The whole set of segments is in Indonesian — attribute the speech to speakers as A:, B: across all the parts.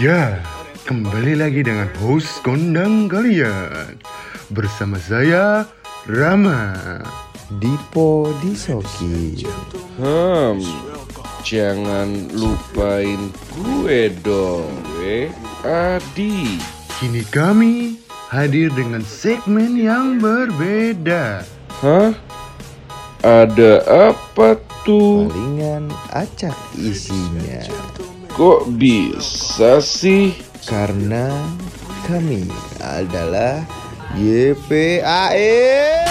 A: Ya, kembali lagi dengan host kondang kalian Bersama saya, Rama
B: Dipo Disoki
C: Hmm, jangan lupain gue dong, gue Adi.
A: Kini kami hadir dengan segmen yang berbeda
C: Hah? Ada apa tuh?
B: Palingan acak isinya
C: Kok bisa sih?
B: Karena kami adalah YPAE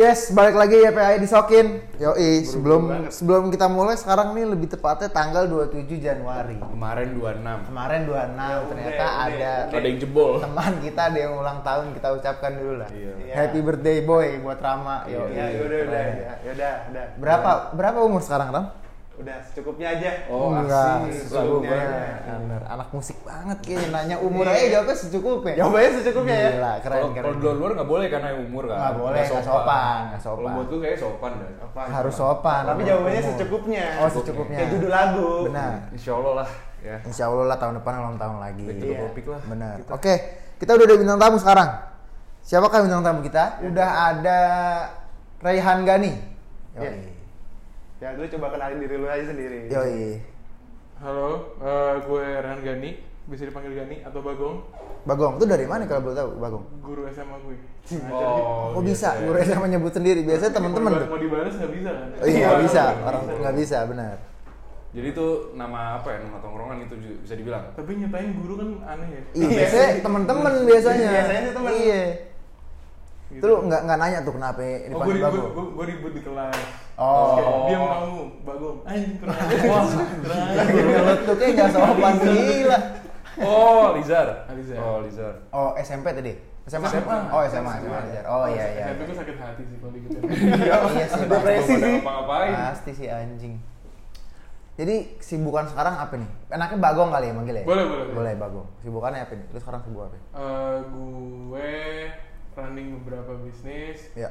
D: Yes, balik lagi YPI disokin. E Yoi, sebelum sebelum kita mulai sekarang nih lebih tepatnya tanggal 27 Januari.
E: Kemarin 26
D: Kemarin 26 ternyata ada
E: Ada yang jebol
D: teman kita ada yang ulang tahun kita ucapkan dulu lah. Happy birthday boy buat Rama. Yoi.
E: Iya,
F: Ya, yaudah, udah, ya, yaudah, udah,
D: Berapa berapa umur sekarang, Ram?
F: udah, secukupnya aja.
E: Oh
D: Enggak,
E: asik iya,
D: secukupnya. Bener. Anak musik banget kayaknya nanya umur aja jawabnya secukupnya.
F: Jawabannya secukupnya ya.
D: Gila, keren
E: Kalau
D: keren.
E: kalau di luar luar nggak boleh karena umur kan
D: Nggak boleh, nggak sopan, nggak
E: Kalau
D: sopan.
E: buat gue kayaknya sopan deh
F: Apa?
D: Harus sopan.
F: Tapi
D: umur-
F: jawabannya
D: umur.
F: secukupnya.
D: Oh, secukupnya.
F: Kayak judul lagu.
D: Benar.
E: Insya Allah lah ya
D: Insya Allah lah tahun depan ulang tahun lagi.
E: Iya. topik lah
D: Benar. Oke, kita udah ada bintang tamu sekarang. Siapakah bintang tamu kita?
E: Iya.
D: Udah ada Raihan Gani. Yoi.
F: Iya. Ya, lu coba kenalin diri lu aja sendiri.
D: Yoi.
G: Halo, eh, gue Rehan Gani, bisa dipanggil Gani atau Bagong,
D: Bagong, itu dari mana kalau boleh tahu Bagong?
G: guru SMA gue.
D: Oh, bisa, guru SMA menyebut sendiri. Biasanya teman-teman tuh.
G: Mau dibalas nggak bisa kan?
D: Oh, iya, nggak bisa. Orang nggak bisa, benar.
E: Jadi itu nama apa ya Nama tongkrongan itu juga bisa dibilang
G: Tapi nyatain guru kan aneh ya.
D: Iya, biasanya teman-teman biasanya.
F: Biasanya sih teman.
D: Iya.
G: Gitu.
D: Itu lu nggak nggak nanya tuh kenapa ini
G: Oh, gue
D: panggil
G: ribut,
D: Bagong.
G: gue, gue ribut di kelas.
D: Oh.
G: Kayak, Diam kamu, Bagong. Anjing, kurang ajar. Kurang ajar.
D: Tuh kayak nggak sopan gila.
E: Oh Lizar
G: Lizar.
E: Oh Lizar
D: Oh, SMP tadi. SMA.
G: SMA.
D: Oh, SMA, SMA. Oh, iya iya.
G: Tapi gue sakit hati sih kalau gitu.
D: Iya sih.
F: Depresi
D: pasti.
F: sih.
E: Ngapa-ngapain
D: Pasti sih anjing. Jadi sibukan sekarang apa nih? Enaknya bagong kali ya manggil ya?
G: Boleh, boleh, boleh.
D: Boleh bagong. Sibukannya apa nih? Lu sekarang sibuk apa?
G: Eh, gue running beberapa bisnis,
D: Ya.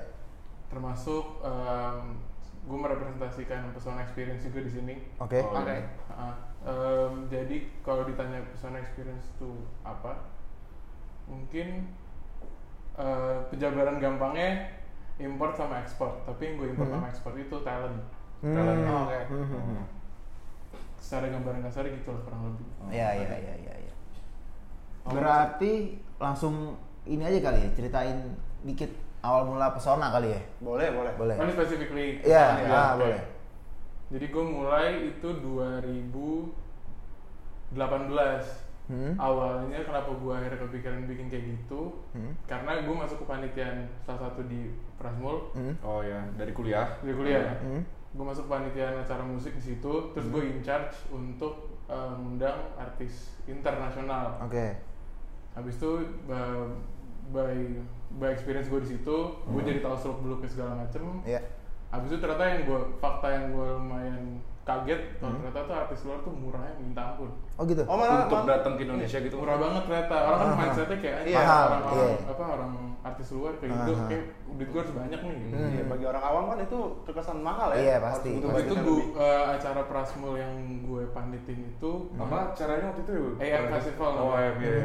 G: termasuk em, gue merepresentasikan personal experience juga di sini.
D: Oke.
E: Oh.
G: Oke. Ah, em, jadi kalau ditanya personal experience itu apa? Mungkin eh, penjabaran gampangnya import sama ekspor. Tapi yang gue
D: Hmm.
G: import sama ekspor itu talent. Talent yang kayak secara gambaran kasar gitu lah kurang lebih.
D: Iya, iya, iya, iya, iya. Oh. Berarti langsung ini aja kali ya, ceritain dikit awal mula pesona kali ya.
F: Boleh, boleh.
D: Boleh.
G: Ini specifically.
D: Iya,
G: Iya,
D: ah,
G: oke.
D: boleh.
G: Jadi gue mulai itu 2018.
D: Hmm.
G: awalnya kenapa gue akhirnya kepikiran bikin kayak gitu
D: Hmm.
G: karena gue masuk kepanitiaan salah satu di Prasmul
D: Hmm.
E: Oh ya dari kuliah
G: di kuliah gue masuk kepanitiaan acara musik di situ terus
D: Hmm.
G: gue in charge untuk eh, mengundang artis internasional
D: Oke.
G: habis itu ba- by by experience gue di situ gue jadi tahu seluk beluk segala macem
D: Hmm. Iya.
G: habis itu ternyata yang gue fakta yang gue lumayan kaget kalau
D: Hmm.
G: ternyata tuh artis luar tuh murahnya minta ampun
D: Oh gitu.
F: Oh, malah
E: Untuk
F: malah-
E: datang ke Indonesia gitu
G: murah banget ternyata orang
D: Iya.
G: kan
D: Mahal.
G: mindsetnya kayak
F: Iya.
G: "Ah,
D: Mahal,
G: orang, orang
D: iya.
G: apa orang artis luar kayak gitu
D: Aha.
G: kayak duit gue harus banyak nih
D: Hmm.
G: gitu.
F: Iya, bagi orang awam kan itu terkesan mahal ya.
D: Iya,
F: Harus
D: pasti.
F: butuh
G: Waktu itu
F: budget yang
G: gue
F: lebih.
G: acara prasmul yang gue panitin itu
D: Hmm.
E: Apa caranya waktu itu
G: AM Festival
E: Oh
G: namanya.
E: AM ya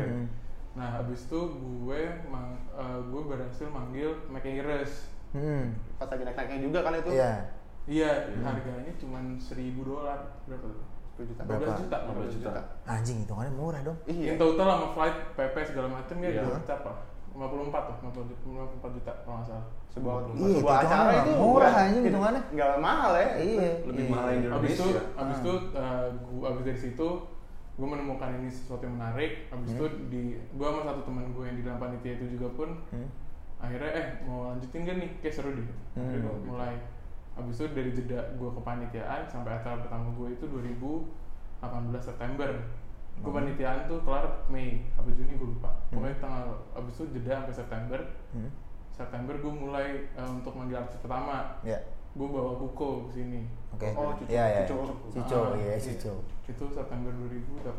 G: nah habis itu gue mang- eh, gue berhasil manggil Mike Ayres.
D: Hmm.
F: Pas lagi naik-naiknya juga kan itu.
D: Iya.
G: iya
D: Hmm.
G: harganya cuma 1000 dolar berapa tuh
F: 10 juta.
D: Berapa?
G: 12 juta
E: 12 juta
D: Anjing hitungannya murah dong.
F: Iya.
G: yang total sama flight PP segala macem ya
E: Iya.
G: dua juta apa 54 tuh 54 juta kalau nggak salah
F: Sebuah,
D: Iya, itu
F: sebuah acara
D: hitungannya
F: itu
D: murah
F: nggak-
D: anjing hitungannya.
F: nggak mahal ya.
D: Iya.
E: Lebih
D: iya.
E: mahal yang di
G: abis itu
E: Indonesia
G: abis itu uh, gua abis dari situ gue menemukan ini sesuatu yang menarik abis itu di gue sama satu teman gue yang di dalam panitia itu juga pun akhirnya eh mau lanjutin gak nih kayak seru deh akhirnya gua mulai abis itu dari jeda gue kepanitiaan sampai acara pertama gue itu 2018 September gue panitiaan tuh kelar Mei apa Juni gue lupa pokoknya tanggal abis itu jeda sampai September
D: Hmm.
G: September gue mulai uh, untuk manggil artis pertama
D: Iya.
G: gue bawa Kuko ke sini
D: Oke.
F: Oh, cucu,
D: Iya, iya.
F: cucu.
D: Cico,
G: Ah,
D: iya,
G: iya.
D: Cico.
G: itu September 2018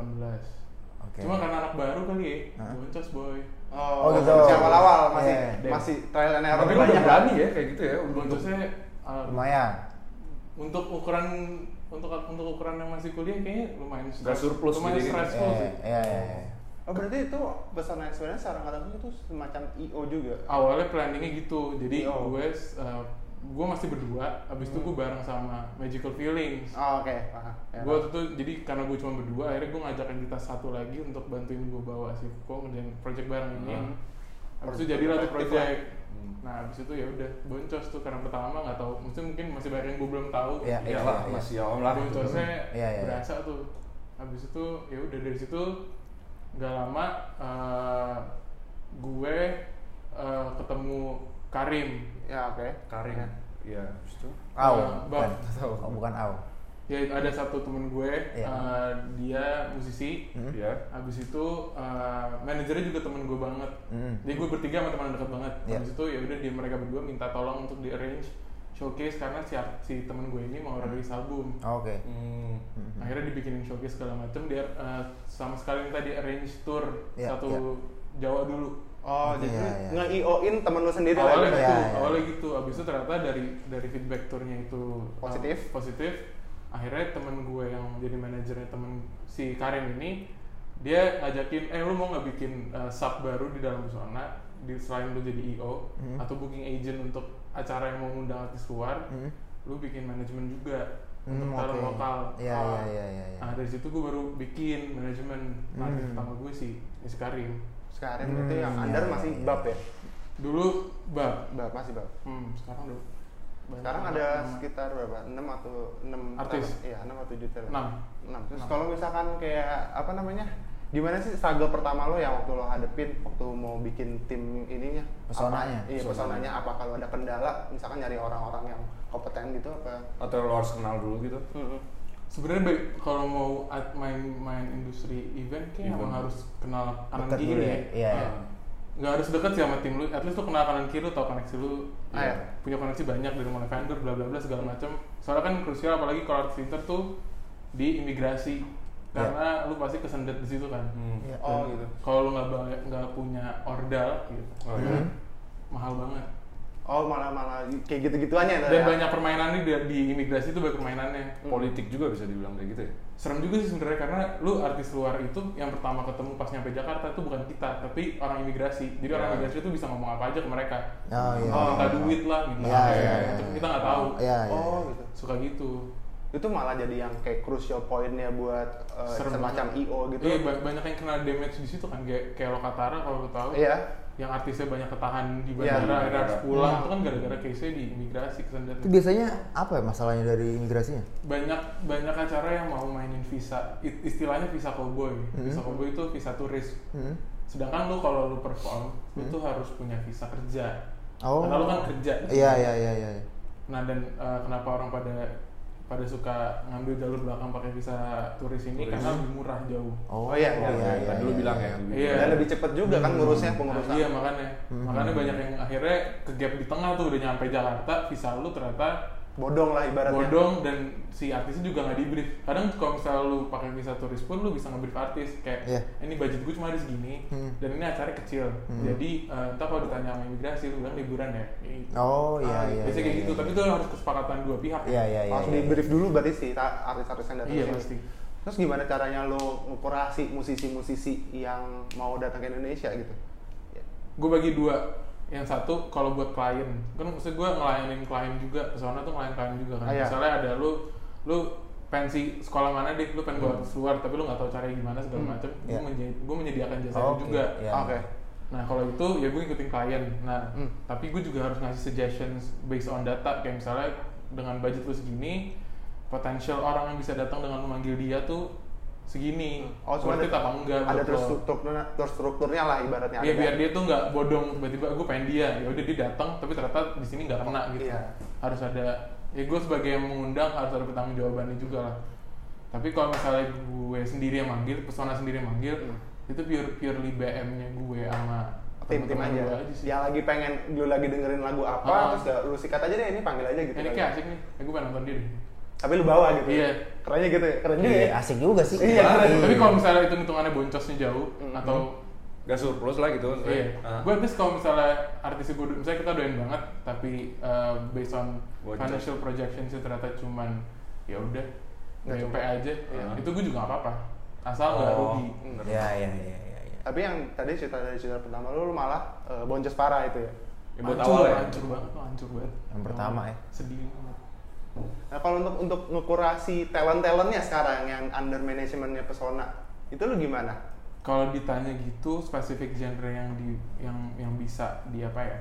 D: Oke.
G: cuma karena anak baru kali ya
D: Hah?
G: boncos boy
D: Oh, gitu.
F: Masih awal-awal masih
D: Iya.
F: masih trial and error
E: Tapi lu udah berani ya kayak gitu ya
G: boncosnya uh,
D: Lumayan.
G: untuk ukuran untuk untuk ukuran yang masih kuliah kayaknya lumayan
C: Nggak
G: stress-
C: surplus
G: lumayan
C: gitu-gitu.
G: stressful
D: Eh.
H: Iya,
G: sih
H: iya, iya.
F: Oh berarti itu pesan experience sekarang kata itu semacam IO juga.
G: awalnya planningnya gitu jadi
F: Iya.
G: gue uh, gue masih berdua abis
C: Hmm.
G: itu gue bareng sama magical feelings
F: Oh, Oke, paham. Ya.
G: gue waktu itu jadi karena gue cuma berdua akhirnya gue ngajak kita satu lagi untuk bantuin gue bawa si Fuko ngerjain project bareng ini
H: Ah.
G: abis itu jadilah tuh
F: Project
G: project nah abis itu ya udah boncos tuh karena pertama nggak tahu mungkin mungkin masih banyak yang gue belum tahu
H: Iya,
G: Jadi
H: iya,
C: Iyalah,
H: iya.
C: masih awam lah.
G: boncosnya
H: Iya, iya.
G: berasa tuh abis itu ya udah dari situ nggak lama eh, gue eh, ketemu Karim
F: Ya oke.
C: Karing. Iya, habis itu.
H: Au,
G: Eh,
H: bukan.
G: Bang.
H: Oh, bukan au.
G: ya ada satu temen gue
H: Iya. Hmm.
G: eh, dia musisi
C: Iya.
G: Abis itu eh, manajernya juga temen gue banget.
H: Hmm.
G: Jadi gue bertiga sama teman dekat banget.
H: Iya.
G: Abis itu ya udah dia mereka berdua minta tolong untuk di arrange showcase karena si art- si temen gue ini mau rilis album.
H: Oh, Oke.
C: Hmm.
G: Akhirnya dibikinin showcase segala macem dia eh, sama sekali minta di arrange tour
H: Iya,
G: satu
H: iya.
G: Jawa dulu.
F: Oh jadi
H: Iya, iya.
F: nge-IO-in temen lu sendiri lah. ya?
G: awalnya gitu,
H: Iya, iya.
G: awalnya gitu. Abis itu ternyata dari dari feedback tournya itu eh,
F: Positif.
G: positif. Akhirnya temen gue yang jadi manajernya temen si Karim ini dia ngajakin, eh lu mau nggak bikin eh, sub baru di dalam Busana di selain lu jadi EO
H: Hmm.
G: atau booking agent untuk acara yang mau ngundang artis luar, lu bikin manajemen juga untuk
H: Hmm,
G: talent
H: oke.
G: lokal.
H: Iya, iya, iya,
G: Ah,
H: iya, Hmm. iya.
G: Nah dari situ gue baru bikin manajemen Nah, artis pertama gue sih, si Karim.
F: Sekarang itu yang
H: Hmm,
F: under
H: iya,
F: masih
H: iya,
F: bab ya.
G: Dulu bab,
F: Bab masih bab.
G: hmm, sekarang dulu. banyak
F: Sekarang
G: banget
F: ada
G: nama.
F: sekitar berapa? 6 atau 6
G: Artis?
F: Iya, 6 atau 7 talent.
G: Enam.
F: 6. Terus
G: Enam.
F: kalau misalkan kayak apa namanya? Gimana sih struggle pertama lo yang waktu lo hadepin waktu mau bikin tim ininya?
H: Pesonanya.
F: Apa, iya, pesonanya. Apa kalau ada kendala misalkan nyari orang-orang yang kompeten gitu apa?
C: Atau lo harus kenal dulu gitu.
G: Sebenarnya baik kalau mau at- main main industri event kayak emang harus kenal kanan
H: Dekat
G: kiri
H: dulu ya.
G: ya.
H: Iya, iya.
G: Ah. Nggak harus deket sih sama tim lu, at least lu kenal kanan kiri lu tau koneksi lu.
F: Ah, iya.
G: Punya koneksi banyak dari mulai vendor bla bla bla segala macam. Soalnya kan krusial apalagi kalau artis inter tuh di imigrasi karena lu pasti kesendet di situ kan.
C: Hmm.
H: Iya.
F: Oh gitu.
G: Kalau lu nggak ba- nggak punya ordal gitu,
C: Oh iya.
G: mahal banget.
F: Oh malah malah kayak gitu-gituannya ada
G: Dan
H: Iya.
F: ya?
G: banyak permainannya di, di imigrasi itu banyak permainannya.
H: Hmm.
C: Politik juga bisa dibilang kayak gitu ya.
G: serem juga sih sebenarnya karena lu artis luar itu yang pertama ketemu pas nyampe Jakarta itu bukan kita tapi orang imigrasi jadi orang
C: Ya.
G: imigrasi itu bisa ngomong apa aja ke mereka
H: Oh, iya.
G: Mau minta duit lah minta
H: Iya,
G: apa
H: iya,
G: ya,
H: iya.
G: itu kita nggak tahu
H: Iya, iya.
F: Oh gitu.
G: suka gitu
F: Itu malah jadi yang kayak crucial pointnya buat eh,
G: Serem
F: semacam
G: banget.
F: IO gitu.
G: iya ba- banyak yang kena damage di situ kan kayak kayak Lokatara kalau lu tahu
F: Iya.
G: yang artisnya banyak ketahan di
F: Iya,
G: bandara
F: di
G: akhirnya harus
C: bandara.
H: Iya.
G: pulang itu kan gara-gara case-nya di imigrasi kesendat
H: Itu biasanya apa ya masalahnya dari imigrasinya?
G: banyak banyak acara yang mau mainin visa I- istilahnya visa cowboy
H: Hmm.
G: visa cowboy itu visa turis sedangkan lu kalau lu perform lu tuh harus punya visa kerja
H: Hmm. Oh.
G: karena lu kan kerja
H: Iya, iya, iya, iya.
G: nah dan eh, kenapa orang pada pada suka ngambil jalur belakang pakai visa turis ini
C: Turis.
G: karena lebih murah jauh
F: Oh, iya, iya,
C: Yang tadi lu bilang ya.
G: Iya.
F: Dan lebih cepet juga kan ngurusnya
G: Nah,
F: pengurusan.
G: iya makanya
H: Hmm.
G: makanya banyak yang akhirnya ke gap di tengah tuh udah nyampe Jakarta visa lu ternyata
F: Bodong lah ibaratnya.
G: bodong dan si artisnya juga nggak di brief kadang kalau misalnya lu pakai visa turis pun lu bisa nge-brief artis kayak
H: Iya. Hmm.
G: ini budget gue cuma ada segini dan ini acara kecil jadi eh, ntar kalau ditanya sama imigrasi lu bilang liburan ya Kayak gitu.
H: Oh, iya,
G: Ah,
H: iya.
G: biasanya
H: iya,
G: kayak gitu
H: iya.
G: tapi itu harus kesepakatan dua pihak
H: Iya, iya, iya.
F: Harus
H: iya.
F: di brief dulu berarti sih ta- artis-artis yang datang
G: Iya,
F: ke sini.
G: pasti.
F: Terus gimana caranya lo ngekurasi musisi-musisi yang mau datang ke Indonesia gitu?
G: gue bagi dua yang satu kalau buat klien kan maksud gue ngelayanin klien juga pesona tuh ngelayanin klien juga kan
F: Ah, iya.
G: misalnya ada lu lu pensi sekolah mana deh lu pengen keluar luar tapi lu nggak tahu caranya gimana segala macem gue
H: Hmm. Iya.
G: menyediakan jasa
H: Oh, oke.
G: itu juga
H: Iya.
F: Oke.
G: Nah kalau itu ya gue ngikutin klien. Nah
F: Hmm.
G: tapi gue juga harus ngasih suggestions based on data. Kayak misalnya dengan budget lu segini, potensial orang yang bisa datang dengan memanggil dia tuh segini.
F: Oh, cuma
G: Worth it
F: ada-
G: apa enggak?
F: Ada
G: buat lo.
F: terstrukturnya, terstrukturnya lah ibaratnya.
G: Iya
F: ada. kan?
G: biar dia tuh nggak bodong tiba-tiba gue pengen dia. Ya udah dia datang tapi ternyata di sini nggak kena gitu.
F: Iya.
G: Harus ada ya gue sebagai yang mengundang harus ada pertanggung jawabannya juga lah. Tapi kalau misalnya gue sendiri yang manggil, pesona sendiri yang manggil, itu pure purely BM-nya gue sama
F: Hmm. tim-tim aja.
G: teman-teman gue aja sih.
F: Dia lagi pengen, lu lagi dengerin lagu apa,
G: Ah.
F: terus ya lu sikat aja deh ini panggil aja gitu.
G: ini
F: kali.
G: kayak asik nih, eh, gue pengen nonton dia deh.
F: Tapi lu bawa gitu.
G: Iya.
F: Kerennya gitu ya. Keren juga
H: Iya,
F: ya.
H: asik juga sih.
F: Iya,
H: Iya.
F: keren.
G: Tapi kalau misalnya hitung hitungannya boncosnya jauh atau
C: gak surplus lah gitu
G: Iya.
C: maksudnya. Ah.
G: Gue terus kalau misalnya artis gue, misalnya kita doain banget, tapi uh, based on
C: Bocor.
G: financial projections ternyata cuman ya udah GP aja, ya,
C: Ah.
G: itu gue juga nggak apa-apa, asal nggak
C: Oh.
G: rugi.
D: Ya,
H: Iya,
D: ya, ya, ya, ya.
F: Tapi yang tadi cerita dari cerita pertama lu, lu malah eh, boncos parah itu ya.
C: Ya, buat
G: Hancur,
C: awal ya.
G: hancur banget, tuh, hancur banget.
D: Yang pertama
H: eh.
D: ya.
G: Sedih banget.
F: Nah kalau untuk untuk ngekurasi talent talentnya sekarang yang under manajemennya pesona itu lu gimana?
G: Kalau ditanya gitu spesifik genre yang di yang yang bisa di apa ya?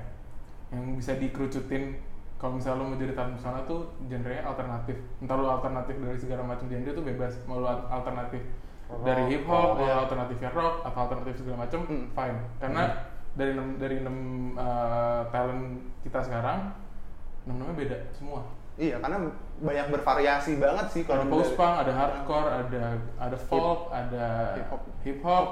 G: Yang bisa dikerucutin kalau misalnya lo mau jadi tamu sana tuh genre alternatif. Entar lo alternatif dari segala macam genre tuh bebas. Mau lo al- alternatif dari hip hop, mau alternatifnya rock atau alternatif segala macam,
F: ya. Hmm.
G: fine. Karena dari enam dari enam eh, talent kita sekarang enam enamnya beda semua.
F: Iya karena banyak bervariasi banget sih
G: ada
F: kalau
G: post
F: dari-
G: punk, ada hardcore, ada ada folk, ada
F: Hip hop.
G: hip hop,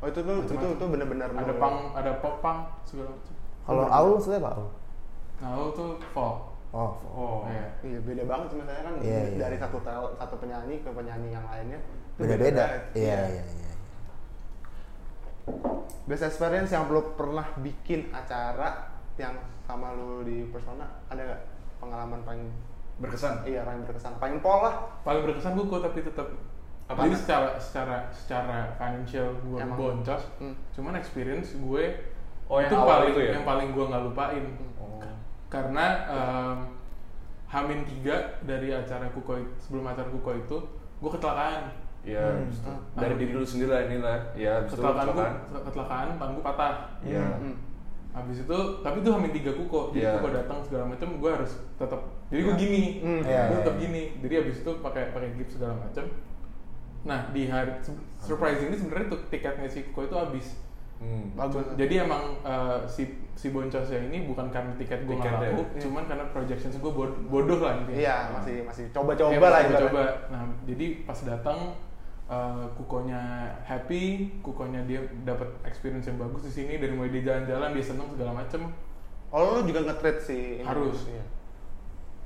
F: Oh itu tuh itu
G: Macam-macam.
F: itu benar-benar
G: ada
F: lu-
G: punk, ada pop punk segala macam.
D: Kalau Aul maksudnya apa Aul?
G: Nah, lu tuh folk.
D: Oh,
C: oh
G: Iya.
F: Iya beda banget sih misalnya kan
D: Iya, iya.
F: dari satu tel- satu penyanyi ke penyanyi yang lainnya itu
D: beda-beda.
F: banget.
D: Iya, iya, iya.
F: Best experience yang belum pernah bikin acara yang sama lu di persona ada nggak pengalaman paling
C: berkesan
F: iya paling berkesan paling pol lah
G: Paling berkesan gue kok tapi tetap
C: Apa?
G: jadi secara secara secara financial gue
F: Emang.
G: boncos,
F: Hmm.
G: cuman experience gue
C: Oh, yang
G: itu
C: awal
G: paling
C: itu ya?
G: yang paling gue nggak lupain
F: Hmm.
C: oh.
G: karena em, Hamin tiga dari acara Kuko it- sebelum acara Kuko itu gue kecelakaan
C: ya
D: Hmm.
C: abis itu dari diri lu sendiri lah inilah ya abis itu lu
G: kecelakaan gue
C: kecelakaan
G: kecelakaan ban gue patah Hmm.
C: ya
F: Hmm.
G: Habis itu, tapi itu hamin tiga kuko, jadi
C: Iya.
G: kuko datang segala macam, gue harus tetap, jadi gue gini,
F: Hmm.
D: Iya,
G: gue
D: iya,
G: tetap
D: iya.
G: gini, jadi habis itu pakai pakai gips segala macam. Nah di hari surprisingly sebenarnya tuh tiketnya si kuko itu habis.
C: hmm.
F: bagus
G: Jadi emang eh, si si boncosnya ini bukan karena tiket gue nggak
C: Tiketnya.
G: laku, cuman karena projections gue bodoh lah intinya.
F: iya masih masih coba-coba lah
G: Iya, coba,
F: ibaratnya.
G: coba. Nah, jadi pas datang eh, kukonya happy, kukonya dia dapat experience yang bagus di sini dari mulai dia jalan-jalan dia seneng segala macem.
F: oh lu juga nge-treat sih ini.
G: Harus.
F: iya.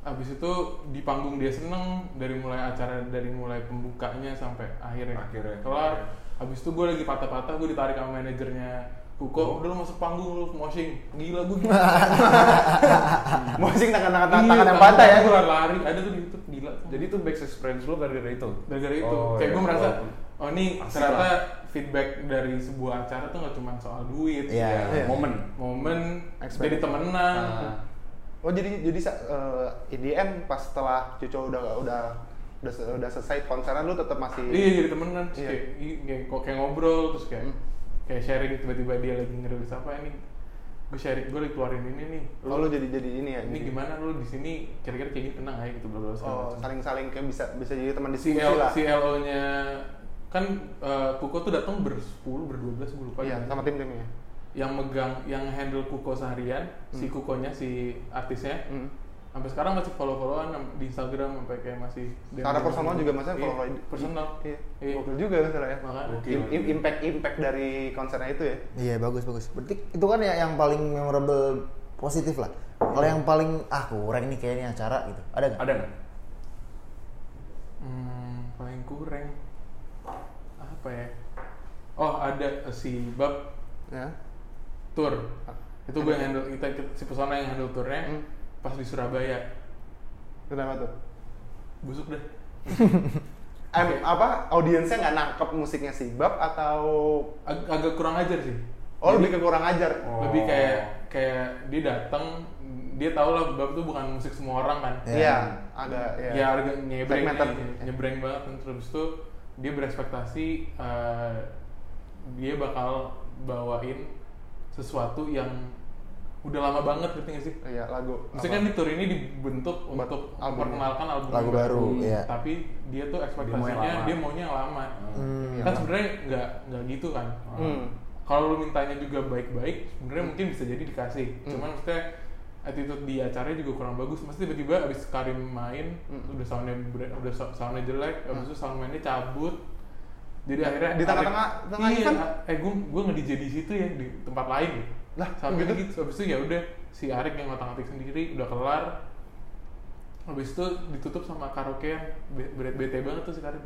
G: Abis itu di panggung dia seneng dari mulai acara dari mulai pembukanya sampai akhirnya,
C: Akhirnya.
G: kelar.
F: iya.
G: Abis itu gue lagi patah-patah gue ditarik sama manajernya
F: Oh.
G: Kuko, udah lu masuk panggung lu moshing, gila gue gila.
F: Mosing tangan-tangan
G: Iya,
F: tangan yang patah ya
G: Gue lari, ada tuh di YouTube gila.
C: jadi itu backstage experience lu gara-gara itu
G: Hmm. gara-gara itu
C: Oh,
G: kayak
C: iya.
G: gue merasa
C: Walaupun-
G: oh ini
C: Asik
G: ternyata
C: lah.
G: feedback dari sebuah acara tuh nggak cuma soal duit
D: Iya.
C: ya,
F: Iya.
C: momen
G: momen
F: Experience.
G: jadi temenan
C: Ah.
F: oh jadi jadi sa- eh, in the end pas setelah cucu udah udah udah, udah selesai konsernya lu tetap masih
G: iya jadi temenan terus
F: Iya.
G: kayak, i- kayak kok kayak ngobrol terus kayak kayak sharing tiba-tiba dia lagi ngerilis apa ini gue sharing gue lagi keluarin ini nih
F: Oh, lu jadi jadi ini ya
G: ini
F: jadi-
G: gimana lu di sini kira-kira kayak gini tenang aja gitu bla bla bla segala
F: Oh,
G: macam.
F: saling-saling kayak bisa bisa jadi teman
G: si
F: diskusi
G: L
F: lah.
G: si LO nya kan eh, Kuko tuh datang ber 10 ber 12 gue lupa
F: Iya,
G: gitu.
F: sama tim-timnya.
G: yang megang yang handle kuko seharian si kukonya si artisnya
F: Hmm.
G: sampai sekarang masih follow followan di Instagram sampai kayak masih
F: Secara personal juga maksudnya
G: Iya,
F: kalau
G: personal
F: Iya.
G: Iya.
F: Gokil juga masalah ya.
G: makanya
C: Oke.
F: Im- im- Impact impact dari konsernya itu ya.
D: Iya bagus bagus. Berarti itu kan ya yang paling memorable positif lah. Kalau yang paling ah kurang nih kayaknya acara gitu. Ada nggak?
C: ada nggak
G: hmm, paling kurang apa ya oh ada eh, si bab
F: Ya.
G: tour itu gue yang handle kita, kita- si pesona yang handle tournya
F: Hmm.
G: pas di Surabaya
F: Kenapa tuh?
G: busuk deh
F: Em, apa audiensnya nggak nangkep musiknya si Bab atau
G: Ag- agak kurang ajar sih
F: oh lebih ke kurang ajar?
G: lebih kayak kayak dia datang dia tahu lah bab tuh bukan musik semua orang kan
F: Iya, agak ya.
G: ya harga nyebreng
F: Segmented.
G: nye- nyebreng banget Dan terus itu dia berekspektasi eh, dia bakal bawain sesuatu yang udah lama banget ngerti gak sih
F: Iya, lagu.
G: Maksudnya kan di tour ini dibentuk
F: Buat
G: untuk
F: album.
G: memperkenalkan album
D: Lagu baru, iya.
G: tapi dia
C: Dia mau
G: tuh
C: yang
G: ekspektasinya
C: lama.
G: dia maunya yang lama.
D: Hmm.
G: Kan sebenarnya nggak nggak gitu kan.
F: Hmm.
G: Kalau lu mintanya juga baik-baik, sebenarnya mungkin bisa jadi dikasih.
F: Hmm.
G: Cuman maksudnya attitude di acaranya juga kurang bagus. Mesti tiba-tiba abis Karim main,
F: Hmm.
G: udah soundnya bre- udah so- soundnya jelek, abis itu soundman-nya cabut. Jadi akhirnya
F: Di tengah-tengah-
G: Arif-
F: tengah
G: iya,
F: event?
G: eh gue gue nge DJ di situ ya di tempat lain ya.
F: Lah,
G: sampai
F: gitu?
G: gitu. Habis itu ya udah si Arik yang ngotak-ngatik sendiri udah kelar. Habis itu ditutup sama karaokean Be- bete bete banget tuh si Karim.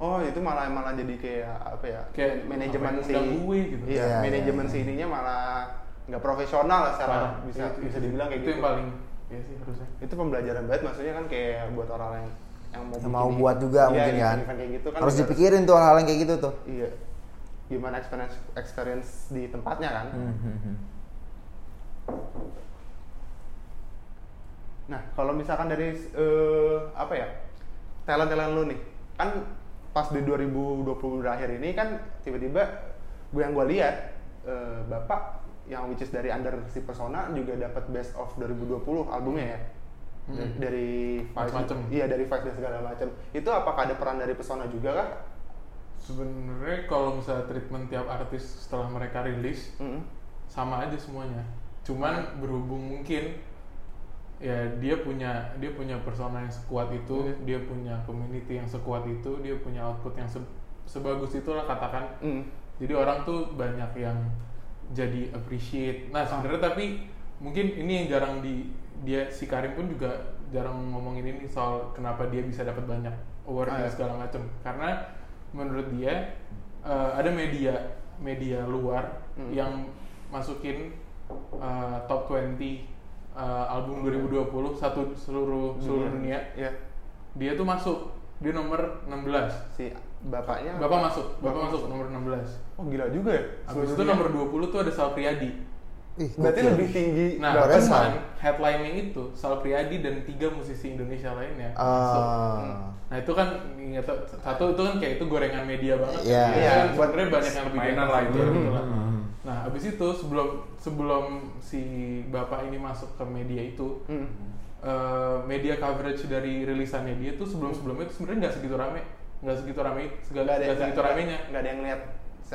F: Oh, oh itu malah malah jadi kayak apa ya
G: Kayak,
F: manajemen
G: apa ya,
F: si
G: undang gue gitu.
F: iya
D: Iya,
F: manajemen si ininya malah nggak profesional lah secara
G: Parah.
F: bisa
G: Itu-
F: bisa dibilang kayak
G: itu
F: gitu
G: yang paling ya sih harusnya
F: itu pembelajaran banget maksudnya kan kayak buat orang yang yang mau,
D: Yang
F: bikin
D: mau
F: i-
D: buat juga
F: iya,
D: mungkin kan.
F: event-event kayak gitu kan
D: harus dipikirin tuh hal-hal yang kayak gitu tuh.
F: iya gimana experience experience di tempatnya kan
D: Hmm.
F: Nah, kalau misalkan dari eh, apa ya? Talent-talent lu nih. Kan pas di 2020 akhir ini kan tiba-tiba gue yang gue lihat eh, Bapak yang which is dari Under si Persona juga dapat Best of 2020 albumnya ya.
G: Hmm.
F: Dari- Dari Vice,
G: Macem-macem.
F: iya dari Vice dan segala macam. Itu apakah ada peran dari Persona juga kah?
G: sebenarnya kalau misalnya treatment tiap artis setelah mereka rilis
F: Mm-mm.
G: sama aja semuanya cuman berhubung mungkin ya dia punya dia punya persona yang sekuat itu dia punya community yang sekuat itu dia punya output yang se- sebagus itulah katakan
F: Mm.
G: jadi orang tuh banyak yang jadi appreciate nah sebenarnya tapi mungkin ini yang jarang di dia si Karim pun juga jarang ngomongin ini soal kenapa dia bisa dapat banyak award
F: Ah,
G: dan
F: ya.
G: segala macam karena menurut dia eh, ada media media luar yang masukin eh, top 20 eh, album 2020 satu seluruh seluruh dunia
F: Iya,
G: dia tuh masuk dia nomor 16
F: si bapaknya.
G: Bapak masuk, Bapak masuk nomor 16.
F: Oh, gila juga ya. Seluruh
G: Abis itu kan
F: dunia.
G: nomor 20 tuh ada Sal Priadi.
D: Ih,
F: berarti
D: gokil.
F: lebih tinggi
G: Nah,
F: berapa?
D: Padahal
G: cuman headline-nya itu Sal Priadi dan tiga musisi Indonesia lainnya. masuk.
D: Ah,
G: Nah, itu kan nggak tahu, satu itu kan kayak itu gorengan media banget.
D: Iya.
G: Itu
F: Iya.
G: kan sebenarnya banyak yang lebih
C: Mainan
G: bagus
C: lah itu.
G: gitu
D: Hmm.
G: lah. Nah, abis itu sebelum sebelum si Bapak ini masuk ke media itu,
F: Mm.
G: eh, media coverage dari rilisannya dia tuh sebelum-sebelumnya itu sebenarnya nggak segitu rame, nggak segitu rame, nggak
F: nggak ada
G: nggak segitu ramenya.
F: nggak ada yang lihat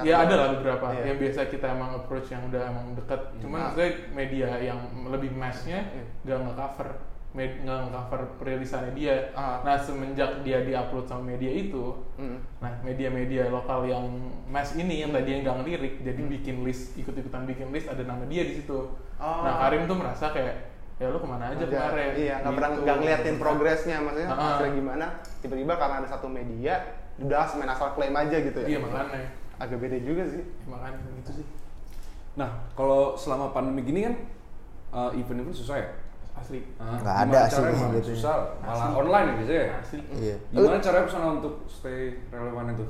G: Ya ada lah beberapa
F: Iya.
G: yang biasa kita emang approach yang udah emang dekat. Cuman
F: Nah.
G: maksudnya media yang lebih massnya
F: Iya.
G: nggak ngecover, med- nggak ngecover perilisannya dia.
F: Ah.
G: Nah semenjak dia diupload sama media itu,
F: Mm.
G: nah media-media lokal yang mass ini yang tadi yang nggak ngelirik, jadi
F: Mm.
G: bikin list ikut-ikutan bikin list ada nama dia di situ.
F: Oh.
G: Nah Karim tuh merasa kayak ya lu kemana aja
F: Nggak-
G: kemarin?
F: iya nggak pernah
G: Gitu.
F: nggak ngeliatin progresnya maksudnya
G: Ah.
F: hasilnya gimana tiba-tiba karena ada satu media udah main asal klaim aja gitu ya
G: Iya makanya,
F: agak beda juga sih
G: makanya gitu sih
C: Nah, kalau selama pandemi gini kan eh, event-event susah ya?
G: asli.
C: Hah?
D: Nggak
C: Gimana
D: ada sih
C: caranya,
D: kayak
C: Bang?
D: gitu.
C: Susah, malah online ya biasanya ya?
G: Asli.
D: iya.
C: Gimana caranya pesona untuk stay relevan itu?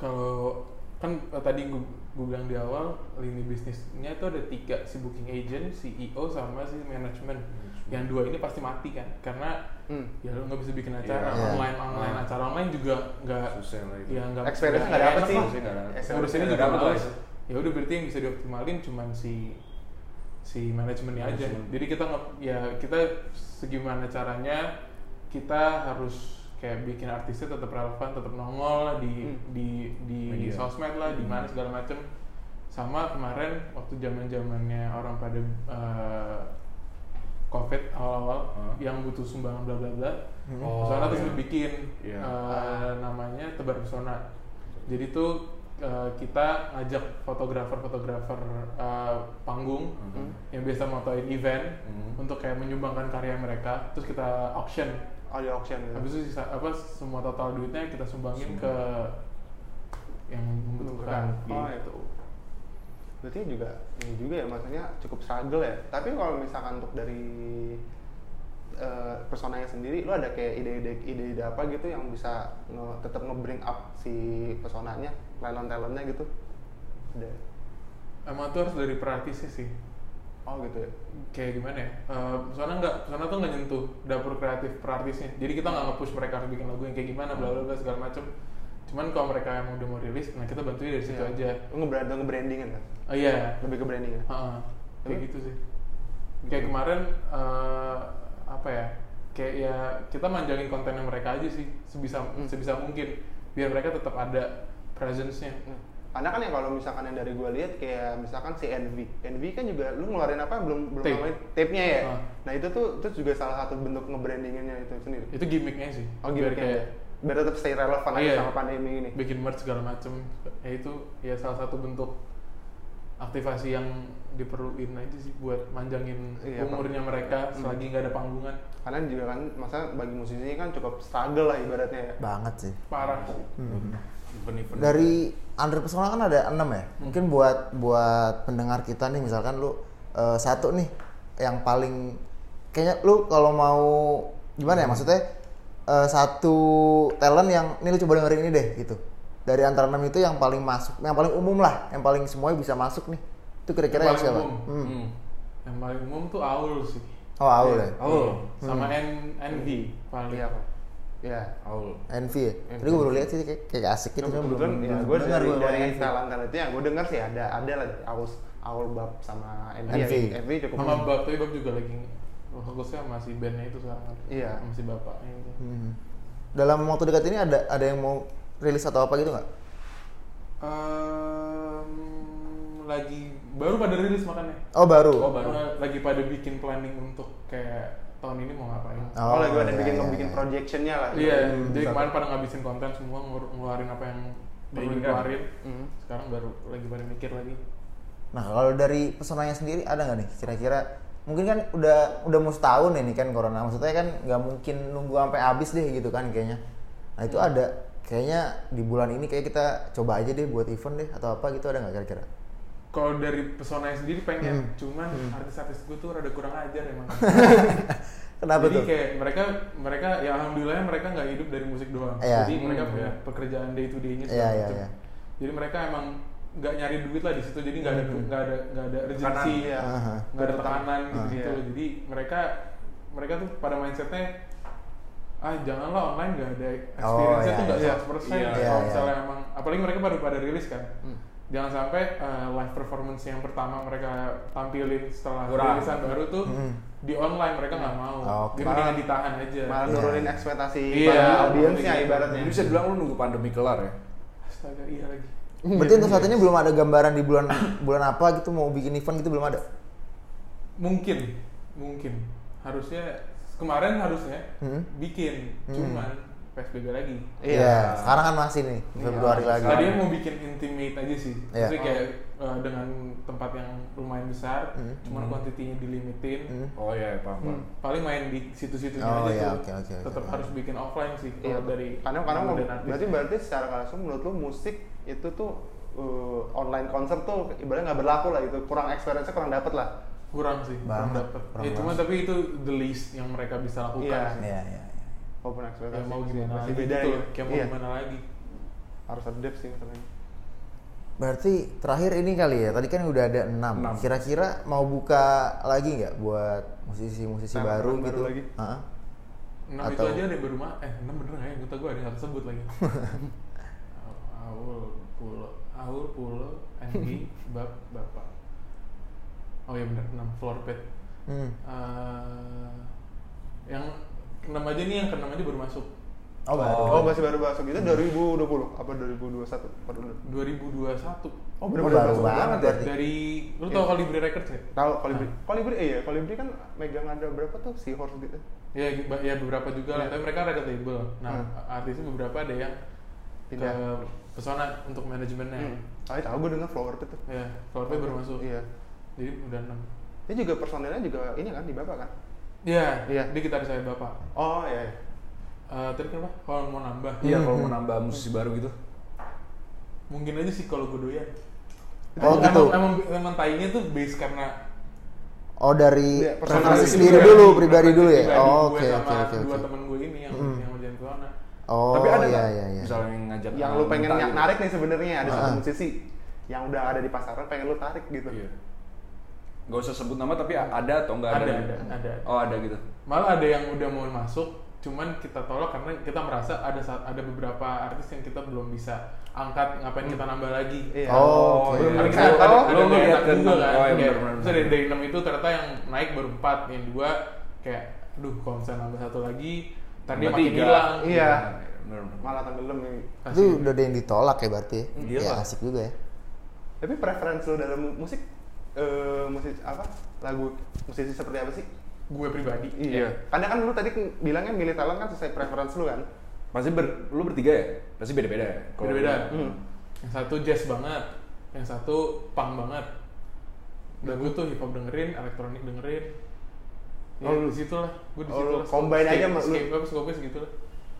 G: kalau kan eh, tadi gue bilang di awal lini bisnisnya itu ada tiga si booking agent, CEO sama si manajemen. Yang dua ini pasti mati kan karena
F: Hmm.
G: ya lu nggak bisa bikin acara
D: Iya.
G: online online
C: Nah.
G: acara online juga nggak
C: Susah lah itu.
G: ya nggak
F: experience nggak dapet
G: enak
F: sih
G: lah.
C: nggak dapet.
F: Experience
G: Ngurus ini
C: Nggak
G: juga
C: dapet lah
G: males.
C: itu.
G: Ya udah berarti yang bisa dioptimalin cuman si si manajemennya aja.
C: Manajemen.
G: Jadi kita nggak ya kita segimana caranya kita harus kayak bikin artisnya tetap relevan, tetap nongol lah di di di
C: Hmm. Media. Hmm.
G: sosmed lah, di mana segala macem. Sama kemarin waktu zaman zamannya orang pada eh, covid awal-awal
C: Hah?
G: yang butuh sumbangan bla bla bla,
C: Oh,
G: Pesona terus
C: iya.
G: dibikin
C: Iya.
G: eh, namanya tebar pesona. Jadi tuh eh, kita ngajak fotografer-fotografer eh, panggung
C: Mhm.
G: yang biasa motoin event
C: Mhm.
G: untuk kayak menyumbangkan karya mereka, terus kita auction.
F: oh di auction
C: Iya.
F: gitu
G: Habis itu sisa apa semua total duitnya kita sumbangin ke yang membutuhkan.
F: oh
C: iya.
F: itu berarti juga ini juga ya maksudnya cukup struggle ya tapi kalau misalkan untuk dari eh, personanya sendiri lu ada kayak ide-ide ide-ide apa gitu yang bisa nge, tetap nge-bring up si personanya talent-talentnya gitu ada
G: Emang tuh harus dari pratisnya sih.
F: oh gitu ya
G: kayak gimana ya? Eh soalnya nggak, soalnya tuh nggak nyentuh dapur kreatif perartisnya. Jadi kita nggak nge-push mereka harus bikin lagu yang kayak gimana, bla bla bla segala macem. Cuman kalau mereka emang udah mau rilis, nah kita bantuin dari situ
F: Iya.
G: aja.
F: Lu nge-brand- nge-brandingin kan
G: Oh iya,
F: lebih ke branding ya
G: Heeh. kayak
F: Tapi-
G: gitu sih.
F: Gitu.
G: Kayak kemarin eh apa ya? Kayak ya kita manjangin kontennya mereka aja sih, sebisa
F: Hmm.
G: sebisa mungkin biar mereka tetap ada presence-nya.
F: Hmm. karena kan yang kalau misalkan yang dari gue lihat kayak misalkan si Envy Envy kan juga lu ngeluarin apa belum belum
G: Tape.
F: ngomongin tape-nya ya
G: Ah.
F: nah itu tuh itu juga salah satu bentuk nge-brandinginnya itu sendiri
G: Itu gimmicknya sih.
F: Oh gitu
G: biar kayak
F: kayak biar tetap stay relevan aja
G: Iya.
F: sama pandemi ini.
G: bikin merch segala macem ya itu ya salah satu bentuk aktivasi yang diperluin aja sih buat manjangin
F: Iya, Pak.
G: umurnya mereka selagi nggak ada panggungan
F: Kalian juga kan, masa bagi musisi kan cukup struggle lah ibaratnya ya.
D: banget sih
G: parah sih.
C: event-event
D: dari under personal kan ada enam ya mungkin buat buat pendengar kita nih misalkan lu eh, satu nih yang paling kayaknya lu kalau mau gimana ya maksudnya eh, satu talent yang ini lu coba dengerin ini deh gitu dari antara enam itu yang paling masuk yang paling umum lah yang paling semuanya bisa masuk nih itu kira-kira yang,
G: Yang paling
D: siapa
G: umum.
D: Hmm.
G: yang paling umum tuh Aul sih Hmm.
D: oh Aul
G: Iya.
D: ya
C: Aul
G: sama N NV paling
F: Iya kok. Iya.
C: Aul
D: Envy ya tadi gue baru lihat sih kayak, kayak asik gitu cuma
F: Kebetulan ya
D: belum
F: gue
D: dengar
F: dari,
D: gua
F: dari
D: awalnya.
F: talent-talent itu yang gue denger sih ada ada lah awal awal bab sama Envy.
D: Envy.
F: Ya, Envy cukup.
G: sama Bab tapi Bab juga lagi fokusnya masih bandnya itu sekarang
F: Iya.
G: masih bapaknya itu
D: Hmm. dalam waktu dekat ini ada ada yang mau rilis atau apa gitu nggak
G: Em, lagi baru pada rilis makanya
D: oh baru
G: oh baru lagi pada bikin planning untuk kayak tahun ini mau ngapain
F: Oh, lagi ada
D: iya,
F: bikin
D: iya,
F: bikin
D: iya.
F: projectionnya lah.
G: Iya, jadi kemarin pada ngabisin konten semua ngelu- ngeluarin apa yang perlu
C: Diinginkan.
G: dikeluarin. Sekarang baru lagi pada mikir lagi.
D: Nah kalau dari pesonanya sendiri ada nggak nih kira-kira mungkin kan udah udah mau setahun ini kan corona maksudnya kan nggak mungkin nunggu sampai habis deh gitu kan kayaknya. Nah itu ada kayaknya di bulan ini kayak kita coba aja deh buat event deh atau apa gitu ada nggak kira-kira?
G: Kalau dari pesonanya sendiri
D: Hmm.
G: pengen, cuman artis-artis gue tuh rada kurang ajar emang.
D: Kenapa
G: jadi
D: tuh?
G: kayak mereka mereka ya alhamdulillahnya mereka nggak hidup dari musik doang.
D: Iya.
G: Jadi mereka punya pekerjaan day to day-nya
D: Iya,
G: segala
D: iya,
G: macam.
D: iya.
G: Jadi mereka emang nggak nyari duit lah di situ. Jadi
D: Hmm.
G: nggak ada nggak ada nggak ada
F: Kanan,
G: rejeksi.
F: iya.
D: Aha.
G: nggak ada tekanan gitu,
F: Ah, iya.
G: jadi mereka mereka tuh pada mindsetnya ah janganlah online nggak ada experience-nya
D: iya,
G: tuh nggak
D: iya.
G: 100% persen
C: Iya,
G: kalau
D: iya.
G: misalnya emang apalagi mereka baru pada rilis kan jangan sampai eh, live performance yang pertama mereka tampilin setelah
C: Kurang.
G: rilisan baru tuh di online mereka nggak mau
D: Oke.
G: jadi mendingan ditahan aja
F: Malah nurunin ekspektasi
G: Iya,
F: para
G: iya.
F: audiensnya
G: Iya.
F: ibaratnya.
C: Jadi bisa dibilang lu nunggu pandemi kelar ya?
G: astaga iya lagi
D: Berarti untuk saat ini belum ada gambaran di bulan bulan apa gitu mau bikin event gitu belum ada.
G: mungkin mungkin harusnya kemarin harusnya bikin cuman psbb lagi
D: Iya. Sekarang kan masih nih Februari lagi.
G: Tadinya Nah, mau bikin intimate aja sih.
D: Iya.
G: Maksudnya kayak eh, dengan tempat yang lumayan besar,
D: Hmm.
G: cuman kuantitinya dilimitin.
C: Oh iya, paham,
F: Hmm.
C: paham.
G: Paling main di situ-situnya
D: Oh,
G: aja
D: iya,
G: tuh.
D: oke, oke, oke.
G: Tetap harus bikin offline sih
F: Iya,
G: kalau dari
F: karena karena
G: nama
F: mau-
G: dan artis.
F: berarti berarti secara nggak langsung menurut lu musik itu tuh eh, online konser tuh ibaratnya nggak berlaku lah itu kurang experience-nya kurang dapet lah.
G: kurang sih, kurang
D: Banget,
G: dapet.
D: kurang
G: ya, cuman tapi itu the least yang mereka bisa lakukan.
F: Iya.
G: sih.
D: Iya iya. iya.
F: Walaupun ekspektasi
G: Kayak mau
F: masih-
G: gimana
F: masih
G: lagi
F: beda
G: gitu
F: gitu.
G: loh, kayak mau
F: Iya,
G: gimana lagi.
F: harus adapt sih masalahnya.
D: Berarti terakhir ini kali ya, tadi kan udah ada enam. Kira-kira mau buka lagi nggak buat musisi-musisi
F: Talent
D: baru
F: baru
D: gitu?
F: lagi.
D: Heeh.
G: Enam itu
D: Atau-
G: aja ada yang baru ma- eh enam bener nggak ya? Gue gue ada yang tersebut lagi. Aul, pulo, Aul, pulo, Andy, bab, bapak. Oh iya bener enam floor pad.
D: Hmm.
G: Eh, yang enam aja nih yang keenam aja baru masuk.
D: Oh, baru.
F: Oh, masih baru masuk itu 2020 apa 2021? Baru
G: 2021
D: Oh,
F: Oh, benar-benar
D: baru banget berarti.
F: ya.
G: Nah, dari lu tau kalau Libri Records ya?
F: Tahu Kolibri. Kolibri iya, Kolibri kan megang ada berapa tuh si horse gitu.
G: Ya, ba- ya beberapa juga lah, tapi mereka record label. Nah, artisnya beberapa ada yang
F: Pindah.
G: ke pesona untuk manajemennya.
F: Hmm. Oh, iya, tahu gue dengar flower pit tuh.
G: Ya, floor pad baru masuk.
F: Iya.
G: Jadi udah enam.
F: Ini juga personelnya juga ini kan di Bapak kan?
G: Iya,
F: Iya.
G: di gitar saya bapak.
F: Oh iya. iya.
G: Eh tadi kenapa? Kalau mau nambah,
C: Iya,
D: Hmm.
C: kalau mau nambah musisi baru gitu.
G: mungkin aja sih kalau gue doyan.
D: Oh,
G: Emang-
D: gitu.
G: Emang, emang tainya tuh base karena
D: Oh dari
F: Iya,
D: preferensi
F: preferensi
D: sendiri
F: pribadi.
D: dulu, pribadi dulu ya.
G: Pribadi
D: Oh,
G: gue
D: Oke
G: sama
D: oke oke
G: Dua
D: oke.
G: temen gue ini yang yang kerjaan corona.
D: Oh
C: Tapi ada
D: iya
C: nggak?
D: iya iya.
C: Misalnya yang ngajak
F: Yang lu
C: anak
F: pengen
C: minta
F: nyak-
C: gitu.
F: narik nih sebenarnya ada satu musisi yang udah ada di pasaran pengen lu tarik gitu.
C: Iya. Gak usah sebut nama tapi a- ada atau nggak ada?
G: Ada, ada, ada.
C: Oh ada gitu.
G: Malah ada yang udah mau masuk, cuman kita tolak karena kita merasa ada sa- ada beberapa artis yang kita belum bisa angkat, ngapain kita nambah lagi.
F: Iya.
D: Oh, oke.
F: belum
G: Karena
F: bisa
G: kita ada,
F: oh,
G: ada
C: lu- lu
G: nggak
C: lihat
G: enak
C: ke
G: juga
C: enam. Oh,
G: kan.
C: iya,
G: Kayak,
C: benar, benar,
G: misalnya dari, dari 6 itu ternyata yang naik baru 4, yang 2 kayak aduh kalau misalnya nambah satu lagi, ntar dia
C: Nambah
G: makin
C: tiga.
G: hilang.
F: Iya.
C: Bener, bener.
F: Malah tenggelam nih.
D: Itu udah ada yang ditolak ya berarti. ya?
C: Iya
D: Ya
C: lah.
D: asik juga ya.
F: Tapi preferensi lu dalam mu- musik eh musik apa? Lagu musisi seperti apa sih?
G: Gue pribadi.
F: Karena kan lu tadi bilangnya milih talent kan sesuai preferensi lu kan?
C: Pasti ber, lu bertiga ya?
F: Hmm.
C: Pasti beda-beda ya? Kalau-
G: Beda-beda. Yang satu jazz banget, yang satu punk banget, Dan gue tuh hip hop dengerin, elektronik dengerin. Ya,
F: Oh,
G: oh,
F: lu-
G: di situ lah, gue di
F: oh,
G: situ
F: lu
G: lah.
F: combine aja sama lu.
G: Escape, apa skopnya segitu gitu lah.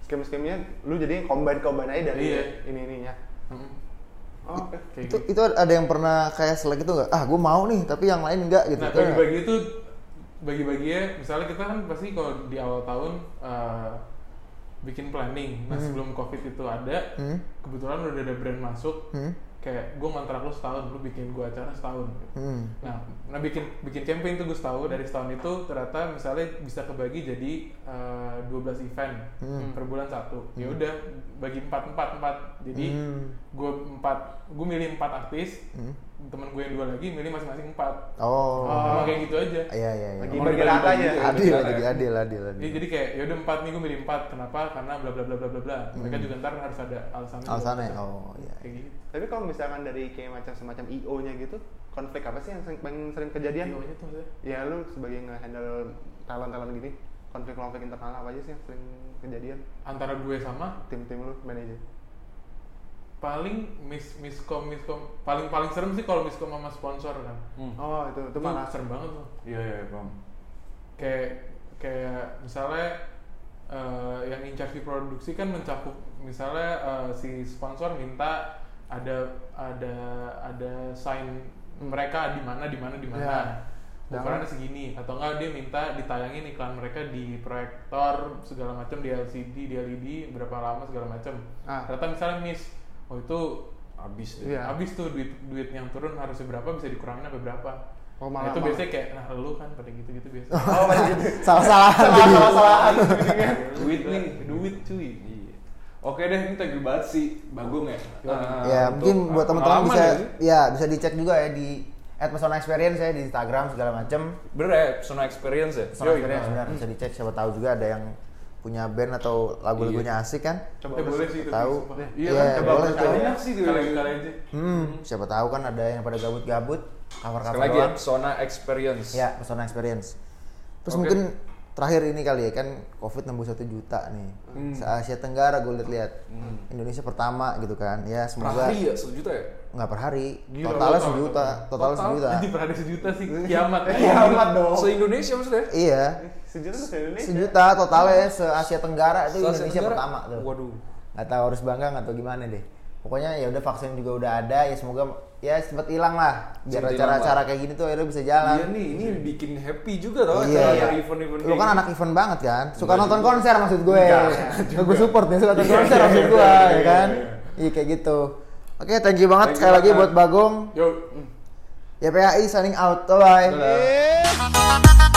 F: Skim-skimnya lu jadi combine combine aja dari
G: Iya.
F: ini-ininya.
G: Mm-mm.
F: Oh, Oke.
G: Kayak
D: itu
G: gitu.
D: itu ada yang pernah kayak selek itu nggak ah gue mau nih tapi yang lain nggak gitu
G: Nah,
D: Itu nggak?
G: bagi-bagi itu bagi-baginya misalnya kita kan pasti kalau di awal tahun eh, bikin planning. Nah, sebelum Covid itu ada,
D: Hmm?
G: kebetulan udah ada brand masuk
D: Hmm?
G: kayak gue ngontrak lu setahun, lu bikin gue acara setahun. gitu.
D: Hmm.
G: Nah, nah bikin bikin campaign tuh gue tahu dari setahun itu ternyata misalnya bisa kebagi jadi eh, 12 event
D: Hmm.
G: per bulan satu. Ya udah bagi empat empat empat. Jadi
D: Hmm.
G: gue empat gue milih empat artis, teman gue yang dua lagi milih masing-masing empat.
D: oh
G: Sama kayak gitu aja.
D: iya iya iya.
F: Lagi bagi rata aja.
G: Iya,
D: adil
G: benar,
D: jadi
G: ya.
D: adil adil adil
G: Jadi, jadi kayak ya udah empat nih gue milih empat. Kenapa? Karena bla bla bla bla bla bla. Mereka juga ntar harus ada alasannya.
D: Hmm. alasannya oh iya
G: Kayak gitu.
F: Tapi kalau misalkan dari kayak macam semacam IO-nya gitu, konflik apa sih yang sering, paling sering kejadian?
G: Iya, maksudnya tuh maksudnya.
F: Ya lu sebagai nge-handle talent-talent gini, konflik-konflik internal apa aja sih yang sering kejadian?
G: Antara gue sama
F: Tim-tim lu manajer.
G: paling mis miskom miskom paling paling serem sih kalau miskom sama sponsor kan
F: Oh, itu itu
G: itu
F: malah
G: serem banget tuh
C: Iya iya paham.
G: kayak kayak misalnya eh, yang in charge di produksi kan mencakup misalnya eh, si sponsor minta ada ada ada sign mereka di mana di mana di mana
C: Iya.
F: Ya.
G: ukurannya segini atau enggak dia minta ditayangin iklan mereka di proyektor segala macam di LCD di LED berapa lama segala macam
F: Ah.
G: ternyata misalnya miss oh itu
C: Abis deh.
F: Iya.
G: habis tuh duit duit yang turun harusnya berapa bisa dikurangin sampai berapa
F: Oh,
G: Nah,
F: malah-
G: itu
F: malah-
G: biasanya kayak nah lu kan pada gitu gitu biasa
D: salah salah
F: salah-salahan
C: duit nih, duit cuy. Iya. Oke deh, ini thank you banget sih Bagong ya. Ah,
D: ya
C: untuk
D: mungkin buat teman-teman
C: pengalaman
D: bisa
C: ya.
D: ya bisa dicek juga ya di at Pesona experience ya di Instagram segala macam
C: Bener ya, personal experience ya.
D: Pesona experience benar bisa dicek siapa tahu juga ada yang punya band atau lagu-lagunya asik kan
F: Coba
G: Eh, boleh sih itu
D: tahu.
G: sumpah.
C: Iya,
D: Iya,
C: kan, coba
D: boleh tuh.
C: banyak sih di
G: kalian kalian aja
D: hmm siapa tahu kan ada yang pada gabut-gabut cover
C: Sekali
D: cover
C: lagi ya, persona experience.
D: ya Pesona experience terus
C: Oke.
D: mungkin terakhir ini kali ya kan covid nembus satu juta nih
C: Hmm.
D: se Asia Tenggara gue lihat Indonesia pertama gitu kan ya
C: Per
D: semoga
C: hari ya, sejuta ya?
D: nggak per hari
G: Gila,
D: totalnya
G: total,
D: sejuta totalnya sejuta
G: jadi per hari sejuta sih kiamat
F: Kiamat
C: Oh.
F: dong.
C: Se-Indonesia maksudnya?
D: iya
F: Sejuta tuh Indonesia.
D: sejuta totalnya se Asia Tenggara itu
C: Se-Asia
D: Indonesia
C: Tenggara?
D: pertama tuh
C: Waduh.
D: nggak tahu harus bangga nggak atau gimana deh pokoknya ya udah vaksin juga udah ada ya semoga ya cepet hilang lah biar
C: Cepet hilang,
D: acara-acara kayak gini tuh akhirnya bisa jalan
C: Iya nih, ini bikin happy juga tau
D: Iya.
C: acara event-event
D: lu
C: kayak
D: kan
C: gini.
D: anak event banget kan suka nonton konser maksud gue gue support nih suka nonton konser
C: iya,
D: maksud
C: iya,
D: gue
C: iya,
D: ya
C: iya,
D: kan
C: iya.
D: iya kayak gitu oke thank you banget
C: Thank
D: sekali
C: you
D: lagi
C: banget.
D: buat Bagong
G: yo
D: YPHI signing out bye bye
C: Dadah.